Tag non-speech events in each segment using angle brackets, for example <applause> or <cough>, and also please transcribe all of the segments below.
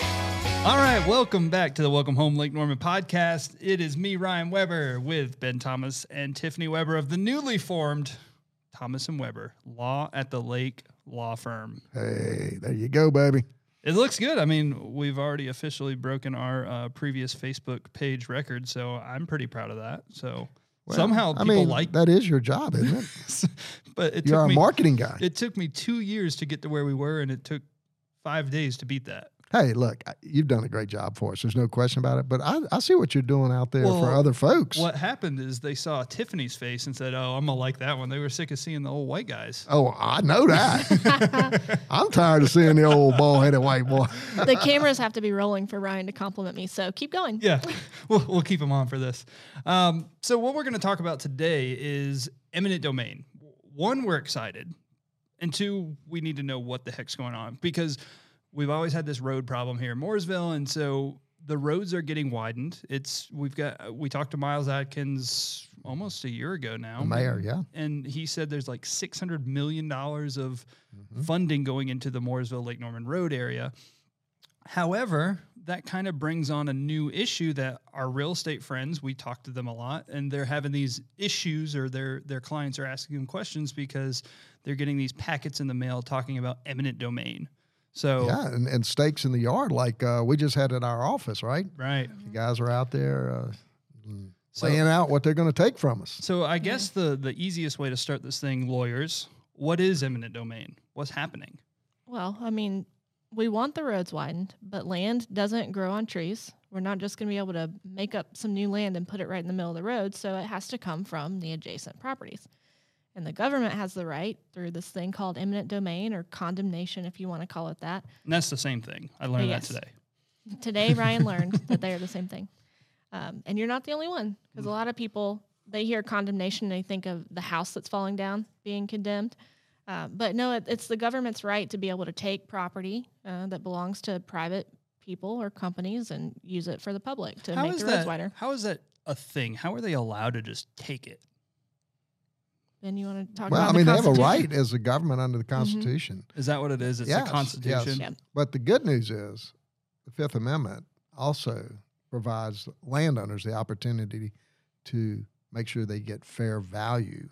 All right, welcome back to the Welcome Home Lake Norman podcast. It is me, Ryan Weber, with Ben Thomas and Tiffany Weber of the newly formed Thomas and Weber Law at the Lake Law Firm. Hey, there you go, baby. It looks good. I mean, we've already officially broken our uh, previous Facebook page record, so I'm pretty proud of that. So somehow I people mean, like that is your job, <laughs> isn't it? this, but it You're took a me marketing guy. it took me two years to get to where we were, and it took five days to beat that. hey, look, I- you've done a great job for us. There's no question about it. But I, I see what you're doing out there for Well, other folks. What happened is they saw Tiffany's face and said, "Oh, I'm gonna like that one." They were sick of seeing the old white guys. Oh, I know that. <laughs> I'm tired of seeing the old bald headed <laughs> white boy. the cameras have to be rolling for Ryan to compliment me. So keep going. <laughs> Yeah, we'll, we'll keep them on for this. Um, so what we're gonna talk about today is eminent domain. One, we're excited, and two, we need to know what the heck's going on because we've always had this road problem here in Mooresville, and so the roads are getting widened. It's we've got we talked to Miles Atkins almost a year ago now. The mayor, yeah. and he said there's like six hundred million dollars of funding going into the Mooresville Lake Norman Road area. However, that kind of brings on a new issue that our real estate friends, we talk to them a lot, and they're having these issues or their their clients are asking them questions because they're getting these packets in the mail talking about eminent domain. So Yeah, and, and stakes in the yard like uh, we just had at our office, right? right. The guys are out there uh, So- laying out what they're going to take from us. So I guess the the easiest way to start this thing, lawyers, what is eminent domain? What's happening? Well, I mean, we want the roads widened, but land doesn't grow on trees. We're not just going to be able to make up some new land and put it right in the middle of the road. So it has to come from the adjacent properties. And the government has the right through this thing called eminent domain or condemnation, if you want to call it that, And that's the same thing. I learned Yes. that today. <laughs> Today, Ryan learned that they are the same thing. Um, and you're not the only one because Mm. a lot of people, they hear condemnation and they think of the house that's falling down being condemned. Uh, but no, it, it's the government's right to be able to take property uh, that belongs to private people or companies and use it for the public to How make is the that? roads wider. How is that a thing? How are they allowed to just take it? Then you want to talk Well, about I mean, the they have a Constitution? right as a government under the Mm-hmm. Constitution. Is that what it is? It's Yes, the yes. Constitution. Yep. But the good news is the Fifth Amendment also provides landowners the opportunity to make sure they get fair value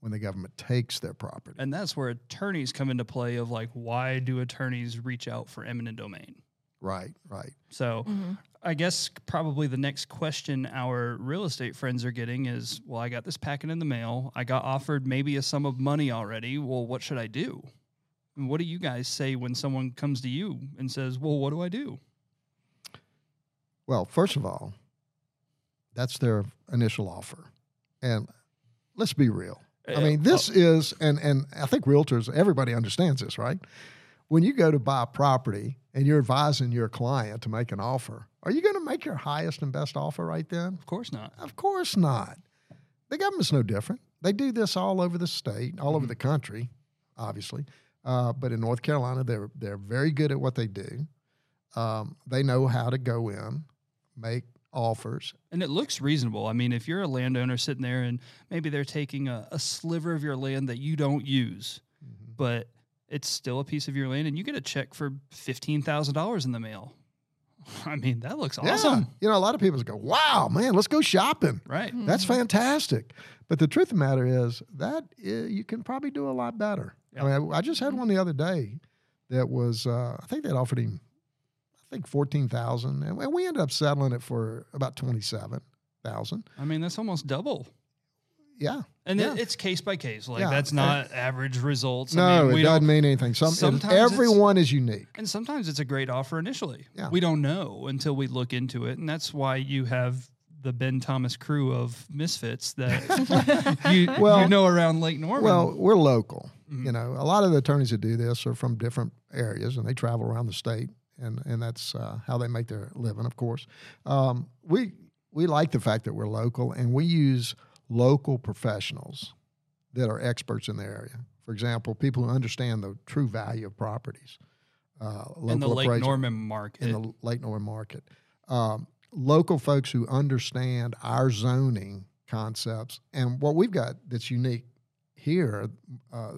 when the government takes their property. And that's where attorneys come into play of like, why do attorneys reach out for eminent domain? Right, right. So Mm-hmm. I guess probably the next question our real estate friends are getting is, well, I got this packet in the mail. I got offered maybe a sum of money already. Well, what should I do? And what do you guys say when someone comes to you and says, well, what do I do? Well, first of all, that's their initial offer. And let's be real. Eh, I oh. Uh, mean, this is, and, and I think realtors, everybody understands this, right? When you go to buy a property and you're advising your client to make an offer, are you going to make your highest and best offer right then? Of course not. Of course not. The government's no different. They do this all over the state, all over the country, obviously. Uh, but in North Carolina, they're they're very good at what they do. Um, they know how to go in, make offers. And it looks reasonable. I mean, if you're a landowner sitting there and maybe they're taking a, a sliver of your land that you don't use, but it's still a piece of your land and you get a check for $15,000 in the mail. <laughs> I mean, that looks awesome. Yeah, you know, a lot of people go, "Wow, man, let's go shopping." Right. That's Mm-hmm. fantastic. But the truth of the matter is that uh, you can probably do a lot better. I mean, I, I just had one the other day that was, uh, I think they offered him, I think fourteen thousand, and and we ended up settling it for about twenty-seven thousand. I mean, that's almost double. Yeah, And Yeah. it, it's case by case. Like, Yeah. that's not average results. I no, mean, it don't- doesn't mean anything. Some, Sometimes it, it's- everyone is unique. And sometimes it's a great offer initially. Yeah. We don't know until we look into it. And that's why you have the Ben Thomas crew of misfits <laughs> that you, you Well- know around Lake Norman. Well, we're local. Mhm. You know, a lot of the attorneys that do this are from different areas, and they travel around the state, and and that's uh, how they make their living. Of course, um, we we like the fact that we're local, and we use local professionals that are experts in their area. For example, people who understand the true value of properties. Uh, local in the Lake appraisal- Norman market. in the Lake Norman market. Um, local folks who understand our zoning concepts and what we've got that's unique here uh,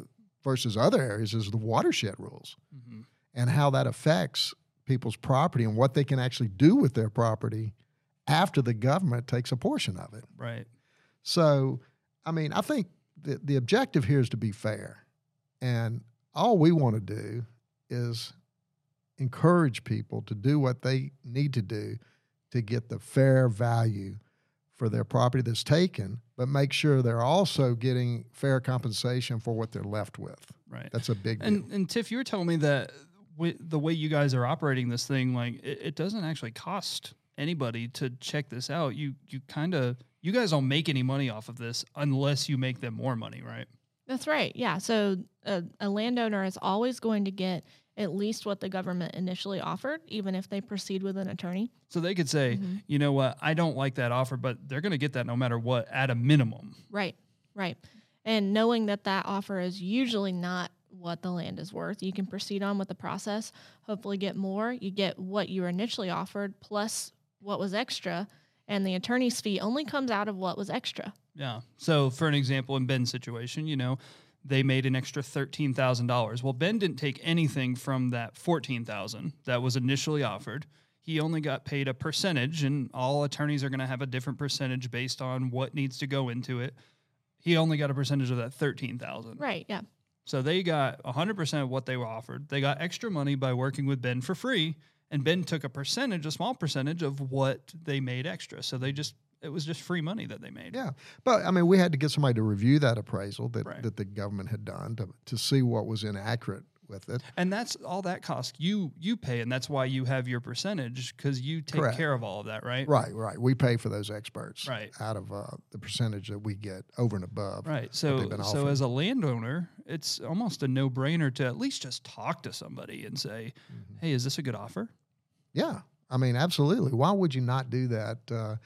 versus other areas is the watershed rules Mhm. and how that affects people's property and what they can actually do with their property after the government takes a portion of it. Right. So, I mean, I think the, the objective here is to be fair. And all we want to do is encourage people to do what they need to do to get the fair value for their property that's taken, but make sure they're also getting fair compensation for what they're left with. Right. That's a big deal. And and Tiff, you were telling me that wi the way you guys are operating this thing, like it, it doesn't actually cost anybody to check this out. You you kind of you guys don't make any money off of this unless you make them more money, right? That's right. Yeah. So a, a landowner is always going to get at least what the government initially offered, even if they proceed with an attorney. So they could say, Mhm. you know what, I don't like that offer, but they're going to get that no matter what at a minimum. Right. Right. And knowing that that offer is usually not what the land is worth, you can proceed on with the process, hopefully get more. You get what you were initially offered plus what was extra, and the attorney's fee only comes out of what was extra. Yeah. So for an example, in Ben's situation, you know, they made an extra thirteen thousand dollars. Well, Ben didn't take anything from that fourteen thousand that was initially offered. He only got paid a percentage, and all attorneys are going to have a different percentage based on what needs to go into it. He only got a percentage of that thirteen thousand. Right. Yeah. So they got 100% of what they were offered. They got extra money by working with Ben for free. And Ben took a percentage, a small percentage of what they made extra. So they just, it was just free money that they made. Yeah, but I mean, we had to get somebody to review that appraisal that, Right. that the government had done to, to see what was inaccurate with it. And that's all that cost you, you pay. And that's why you have your percentage because you take Correct. care of all of that, right? Right, right. We pay for those experts Right. out of uh, the percentage that we get over and above. Right. they've So, been so offered. as a landowner, it's almost a no brainer to at least just talk to somebody and say, hey, is this a good offer? Mm-hmm. Yeah, I mean, absolutely. Why would you not do that? Uh,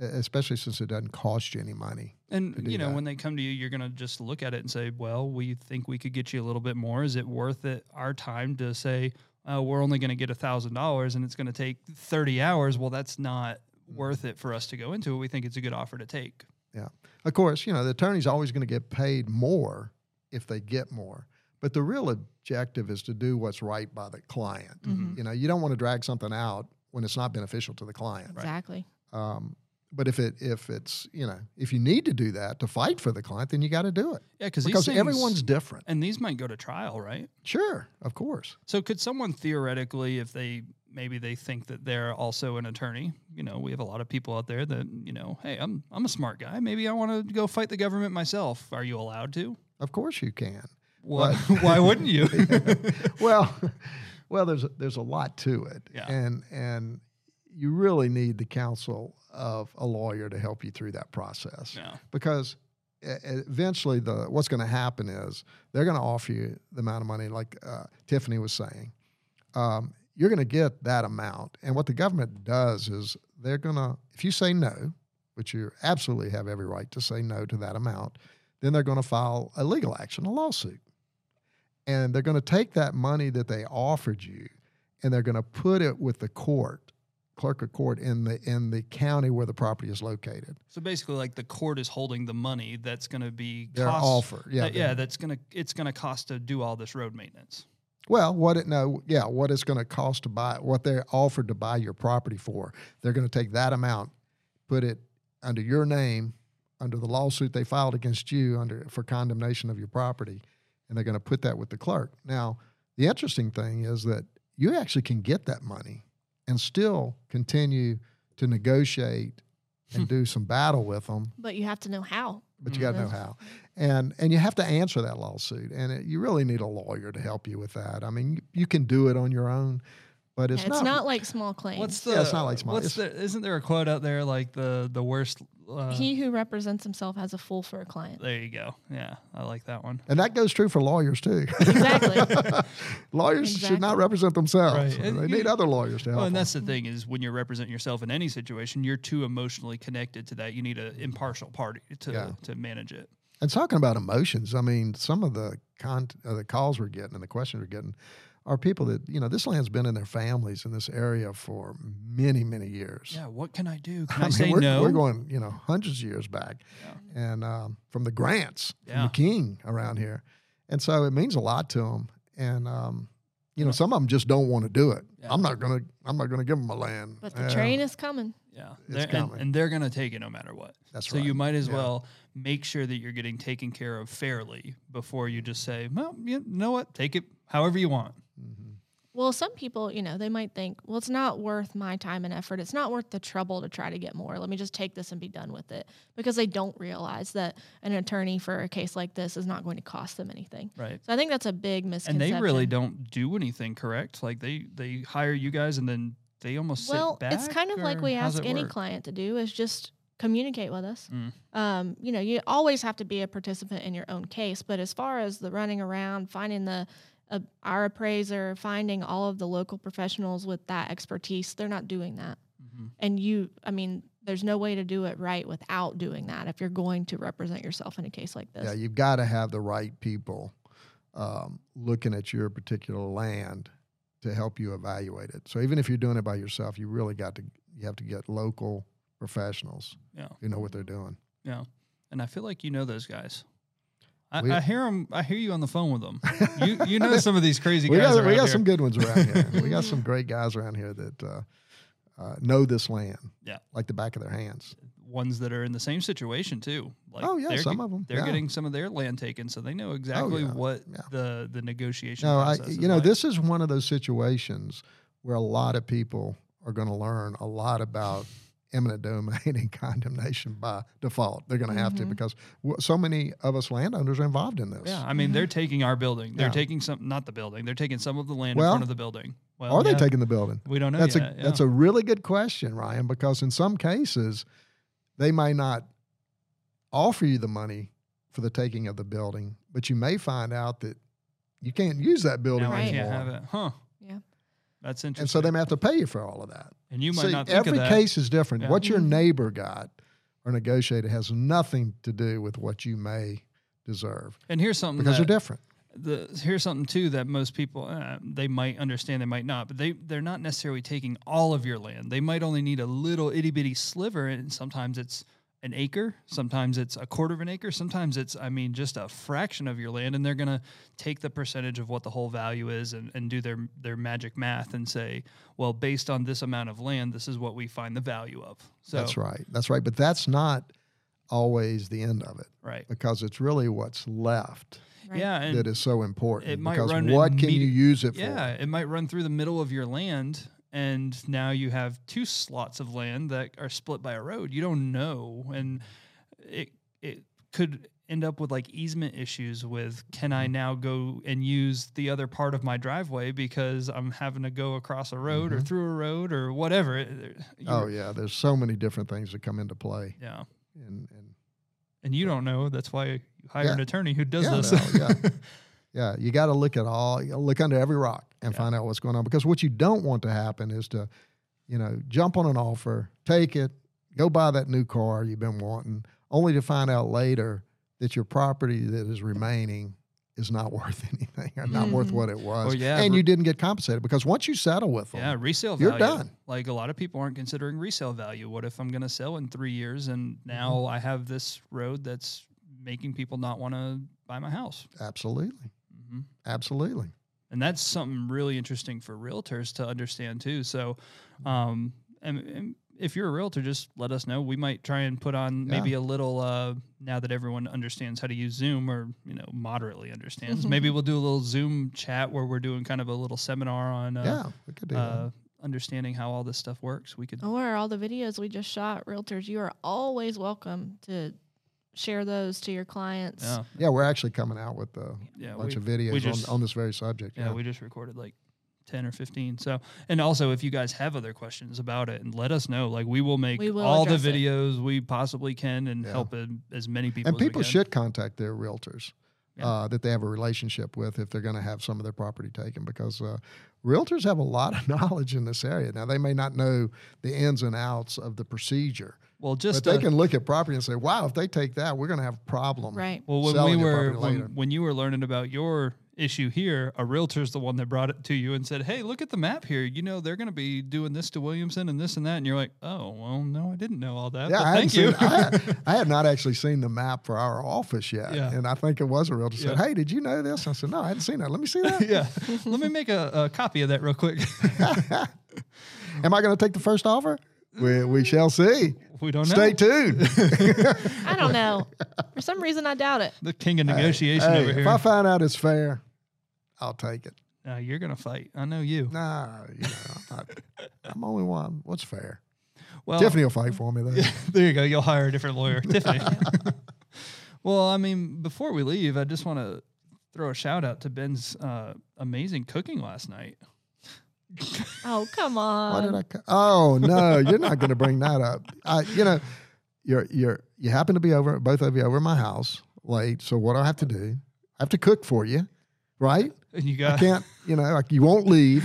especially since it doesn't cost you any money. to And do you know, that. when they come to you, you're gonna just look at it and say, "Well, we think we could get you a little bit more. Is it worth it our time to say uh, we're only gonna get a thousand dollars and it's gonna take thirty hours? Well, that's not Mm. worth it for us to go into it. We think it's a good offer to take." Of course, you know the attorney's always going to get paid more if they get more. But the real objective is to do what's right by the client. Mhm. You know, you don't want to drag something out when it's not beneficial to the client. Exactly. Um, but if it if it's you know if you need to do that to fight for the client, then you got to do it Yeah, because because these things, everyone's different. and these might go to trial, right? Sure, of course. So could someone theoretically, if they maybe they think that they're also an attorney, you know, we have a lot of people out there that you know, hey, I'm I'm a smart guy. Maybe I want to go fight the government myself. Are you allowed to? Of course you can. Why, <laughs> why wouldn't <laughs> you? well, <laughs> well, there's a, there's a lot to it, Yeah. and and you really need the counsel of a lawyer to help you through that process no. because e- e- eventually the what's going to happen is they're going to offer you the amount of money like uh, Tiffany was saying. Um, you're going to get that amount, and what the government does is they're going to if you say no, which you absolutely have every right to say no to that amount, then they're going to file a legal action, a lawsuit, and they're going to take that money that they offered you, and they're going to put it with the court, clerk of court in the in the county where the property is located. So basically, like the court is holding the money that's going to be Their cost- offer, yeah, that- Uh, yeah, their- that's gonna it's gonna cost to do all this road maintenance. Well, what it no, yeah, what it's going to cost to buy, what they're offered to buy your property for. They're going to take that amount, put it under your name, under the lawsuit they filed against you under for condemnation of your property, and they're going to put that with the clerk. Now, the interesting thing is that you actually can get that money and still continue to negotiate and do some battle with them But you have to know how. but you got Mm-hmm. to know how. And and you have to answer that lawsuit, and it, you really need a lawyer to help you with that. I mean, you, you can do it on your own, but And it's, It's, not, not, like small claims. What's the? Yeah, it's not like small- What's the, isn't there a quote out there like the the worst? Uh, he who represents himself has a fool for <laughs> a client. there you go. Yeah, I like that one. And that goes true for lawyers too. Exactly. <laughs> lawyers should not Exactly. represent themselves. Right. And They you- need other lawyers to help. Well, and them. that's the thing is when you're representing yourself in any situation, you're too emotionally connected to that. You need an impartial party to Yeah. to manage it. And talking about emotions, I mean, some of the con- uh, the calls we're getting and the questions we're getting are people that you know this land's been in their families in this area for many many years. Yeah, what can I do? Can I I, mean, say we're, no? we're going, you know, hundreds of years back, and um, from the Grants, from Yeah. the King around here, and so it means a lot to them. And um, You know, some of them just don't want to do it. Yeah. I'm not gonna. I'm not gonna give them a land. But the Yeah, train is coming. Yeah, It's they're- and- coming. And, they're going to take it no matter what. That's so you right. might as Yeah. well make sure that you're getting taken care of fairly before you just say, "Well, you know what? Take it however you want." Well, some people, you know, they might think, well, it's not worth my time and effort. It's not worth the trouble to try to get more. Let me just take this and be done with it because they don't realize that an attorney for a case like this is not going to cost them anything. Right. So I think that's a big And misconception. they really don't do anything correct. Like they they hire you guys and then they almost Well, sit back. it's kind of like or we how's ask it any work? client to do is just communicate with us. Mm. Um, you know, you always have to be a participant in your own case, but as far as the running around, finding the uh, our appraiser, finding all of the local professionals with that expertise, they're not doing that. Mhm. And you, I mean, there's no way to do it right without doing that if you're going to represent yourself in a case like this. Yeah, you've got to have the right people um, looking at your particular land to help you evaluate it. So even if you're doing it by yourself, you really got to. You have to get local professionals Yeah. who know what they're doing. Yeah, and I feel like you know those guys. I, We- I hear 'em- I hear you on the phone with <laughs> them. You you know some of these crazy we guys. got, we around got here. some good ones around here. we <laughs> got some great guys around here that uh, uh, know this land. Yeah. Like the back of their hands. ones that are in the same situation too. Like Oh, yeah, they're, some ge- of 'em, They're yeah. getting some of their land taken, so they know exactly yeah, what yeah. the the negotiation. No, I, process is you know, like. this is one of those situations where a lot of people are going to learn a lot about eminent domain <laughs> and condemnation by default. They're going to have to Mhm. because w- so many of us landowners are involved in this. Mm-hmm. Yeah, I mean, they're taking our building. They're Mhm. Yeah. taking some, not the building. They're taking some of the land in Well, front of the building. Well, are they yeah, taking the building? We don't know That's yet. a that's a really good question, Ryan, because in some cases they may not offer you the money for the taking of the building, but you may find out that you can't use that building now I Right. can't anymore. have it, huh? Yeah. that's And interesting. so they may have to pay you for all of that. and you might See, not think every of that. case is different. Yeah. What your Mhm. neighbor got or negotiated has nothing to do with what you may deserve and here's something because that, they're different. the here's something too that most people uh, they might understand they might not but they they're not necessarily taking all of your land they might only need a little itty bitty sliver and sometimes it's an acre sometimes it's a quarter of an acre sometimes it's i mean just a fraction of your land and they're going to take the percentage of what the whole value is and, and do their their magic math and say well based on this amount of land this is what we find the value of so That's right. That's right. But that's not always the end of it right because it's really what's left Right? yeah and that is so important. it might because run what can immedi- you use it Yeah, it might run through the middle of your land, and now you have two slots of land that are split by a road. You don't know, and it it could end up with like easement issues. With can Mm-hmm. I now go and use the other part of my driveway because I'm having to go across a road or through a road or whatever? It- it- you- for? Mm-hmm. Oh yeah, there's so many different things that come into play. yeah, And, and and you don't know. That's why you hire Yeah. an attorney who does yeah, this. no, yeah. <laughs> Yeah, you got to look at all, you gotta look under every rock and Yeah. find out what's going on. Because what you don't want to happen is to, you know, jump on an offer, take it, go buy that new car you've been wanting, only to find out later that your property that is remaining is not <laughs> worth anything or not worth Mhm. what it was. Oh, yeah, and re- you didn't get compensated because once you settle with them, Yeah, resale You're value. done. Like a lot of people aren't considering resale value. What if I'm going to sell in three years and now Mm-hmm. I have this road that's making people not want to buy my house? absolutely, hmm absolutely. And that's something really interesting for realtors to understand too. So, um, and, and if you're a realtor, just let us know. We might try and put on maybe a little uh, now that everyone understands how to use Zoom or you know moderately understands. Mm-hmm. maybe we'll do a little Zoom chat where we're doing kind of a little seminar on yeah, uh, we could do uh, understanding how all this stuff works. We could Or all the videos we just shot, realtors, you are always welcome to share those to your clients. Yeah, that. Yeah, we're actually coming out with a yeah. bunch we, of videos just- on, on this very subject. yeah, we just recorded like ten or fifteen. So, and also if you guys have other questions about it, and let us know. Like we will make We will all the address it. videos we possibly can and Yeah. help a, as many people. and as we people can. should contact their realtors Yeah. uh, that they have a relationship with if they're going to have some of their property taken because uh, realtors <laughs> have a lot of knowledge in this area now they may not know the ins and outs of the procedure Well, just But they a- can look at property and say, wow, if they take that, we're going to have a problem. Right. Well, when we selling your were property when, later. when you were learning about your issue here, a realtor's the one that brought it to you and said, "Hey, look at the map here. You know they're going to be doing this to Williamson and this and that." And you're like, "Oh, well, no, I didn't know all that." Yeah, but I hadn't thank you. Seen, <laughs> <laughs> I, had, I had not actually seen the map for our office yet, Yeah. and I think it was a realtor said, Yeah. "Hey, did you know this?" I said, "No, I hadn't seen that. Let me see that. <laughs> yeah, let me make a, a copy of that real quick. <laughs> Am I going to take the first offer? We we shall see. we don't know Stay <laughs> tuned. I don't know. For some reason, I doubt it. the king of negotiation Hey, over If I here. find out it's fair, I'll take it. No, you're going to fight. I know you. Nah, you know, I'm, not, <laughs> I'm only one. What's fair? Well, Tiffany will fight for me though. <laughs> there you go. You'll hire a different <laughs> lawyer, Tiffany. <laughs> well, I mean, before we leave, I just want to throw a shout out to Ben's uh, amazing cooking last night. <laughs> Oh, come Why did Um. on. I? co- Oh no, you're not going to bring that up. I, you know, you're you're you happen to be over both of you over at my house late. So what do I have to do? I have to cook for you, right? And you I got can't. You know, like you won't leave.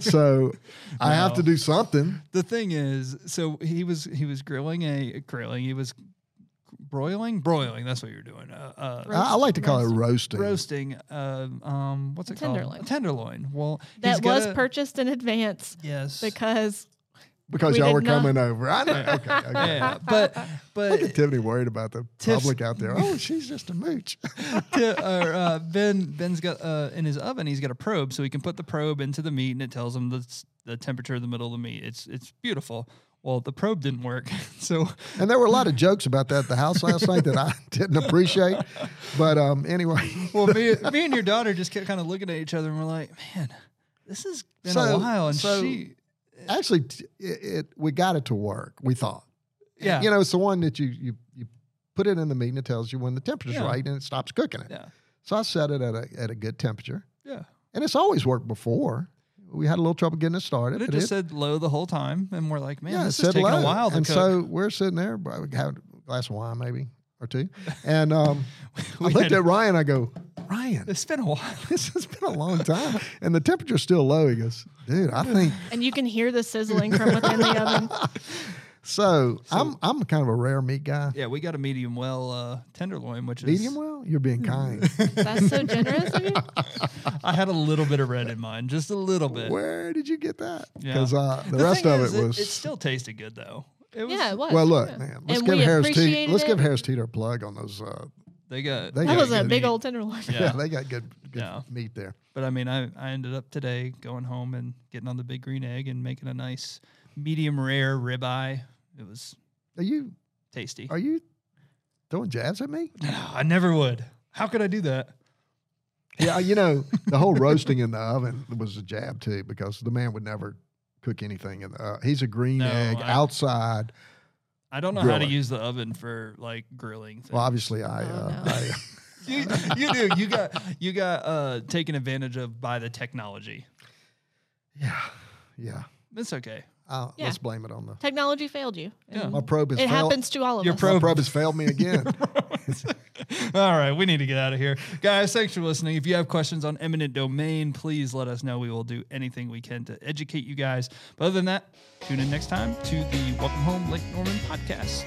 so I have to do something. <laughs> the thing is, so he was he was grilling a grilling. He was broiling, broiling. That's what you're doing. Uh, uh, I, I like to call it roasting. roasting. Uh, um, what's it Tenderloin. called? A tenderloin. Well, he's That was gotta- purchased in advance Yes. because because We y'all did were not- coming over. I know. <laughs> Okay. okay. yeah, but Look <laughs> at but Tiffany worried about the Tiff's- public out there. Oh, she's just <laughs> a mooch. to, or, uh, Ben Ben's got uh, in his oven. He's got a probe, so he can put the probe into the meat, and it tells him the s- the temperature of the middle of the meat. It's it's beautiful. Well, the probe didn't work, <laughs> so And there were a lot of jokes about that at the house last night that I <laughs> didn't appreciate. But um, anyway, <laughs> well, me, me and your daughter just kept kind of looking at each other, and we're like, man, this has been So- a while, and so- she. <laughs> actually, t- it, it we got it to work. We thought, Yeah. you know, it's the one that you you you put it in the meat and it tells you when the temperature's Yeah. right and it stops cooking it. Yeah. So I set it at a at a good temperature, Yeah. and it's always worked before. We had a little trouble getting it started. But it but just it- said low the whole time. And we're like, man, it this is said taking low. a while to and cook. so we're sitting there, bro, we had a glass of wine maybe or two, and um, I <laughs> We looked had- at Ryan. I go, Ryan, <laughs> <laughs> it's been a while. this has been a long time, and the temperature's still low. He goes, dude, I <sighs> think and you can hear the sizzling from within the oven. so. I'm I'm kind of a rare meat guy. Yeah, we got a medium well uh, tenderloin, which is Medium well, you're being Hmm. <laughs> kind. That's so generous of you. I had a little bit of red in mine, just a little bit. Where did you get that? Yeah. Because uh, the, The rest thing of is, it was. It, still tasted good though. It was, Yeah, it was. well, look, Yeah. man. Let's And give we Harris Teeter. appreciated Let's give it. Harris Teeter a plug on those. Uh, <laughs> They got They they That got was a good big meat. old tenderloin. Yeah. yeah. they got good, good Yeah. meat there. But I mean, I, I ended up today going home and getting on the big green egg and making a nice medium rare ribeye. It was Are you tasty. are you throwing jabs at me? <sighs> I never would. How could I do that? yeah, you know the whole roasting in the oven was a jab too because the man would never cook anything in the. Uh, he's a green No, egg I- outside. I don't know how to Grilling. use the oven for like grilling. Things. Well, obviously I. Oh, uh, no. <laughs> I <laughs> you, you do. You got you got uh, taken advantage of by the technology. yeah, yeah. It's okay. Uh, Yeah. Let's blame it on the. Technology failed you. Yeah. And My probe has It failed. happens to all of Your us. pro- My probe has failed me again. All right, we need to get out of here, guys. Thanks for listening. If you have questions on eminent domain, please let us know. We will do anything we can to educate you guys. But other than that, tune in next time to the Welcome Home Lake Norman podcast.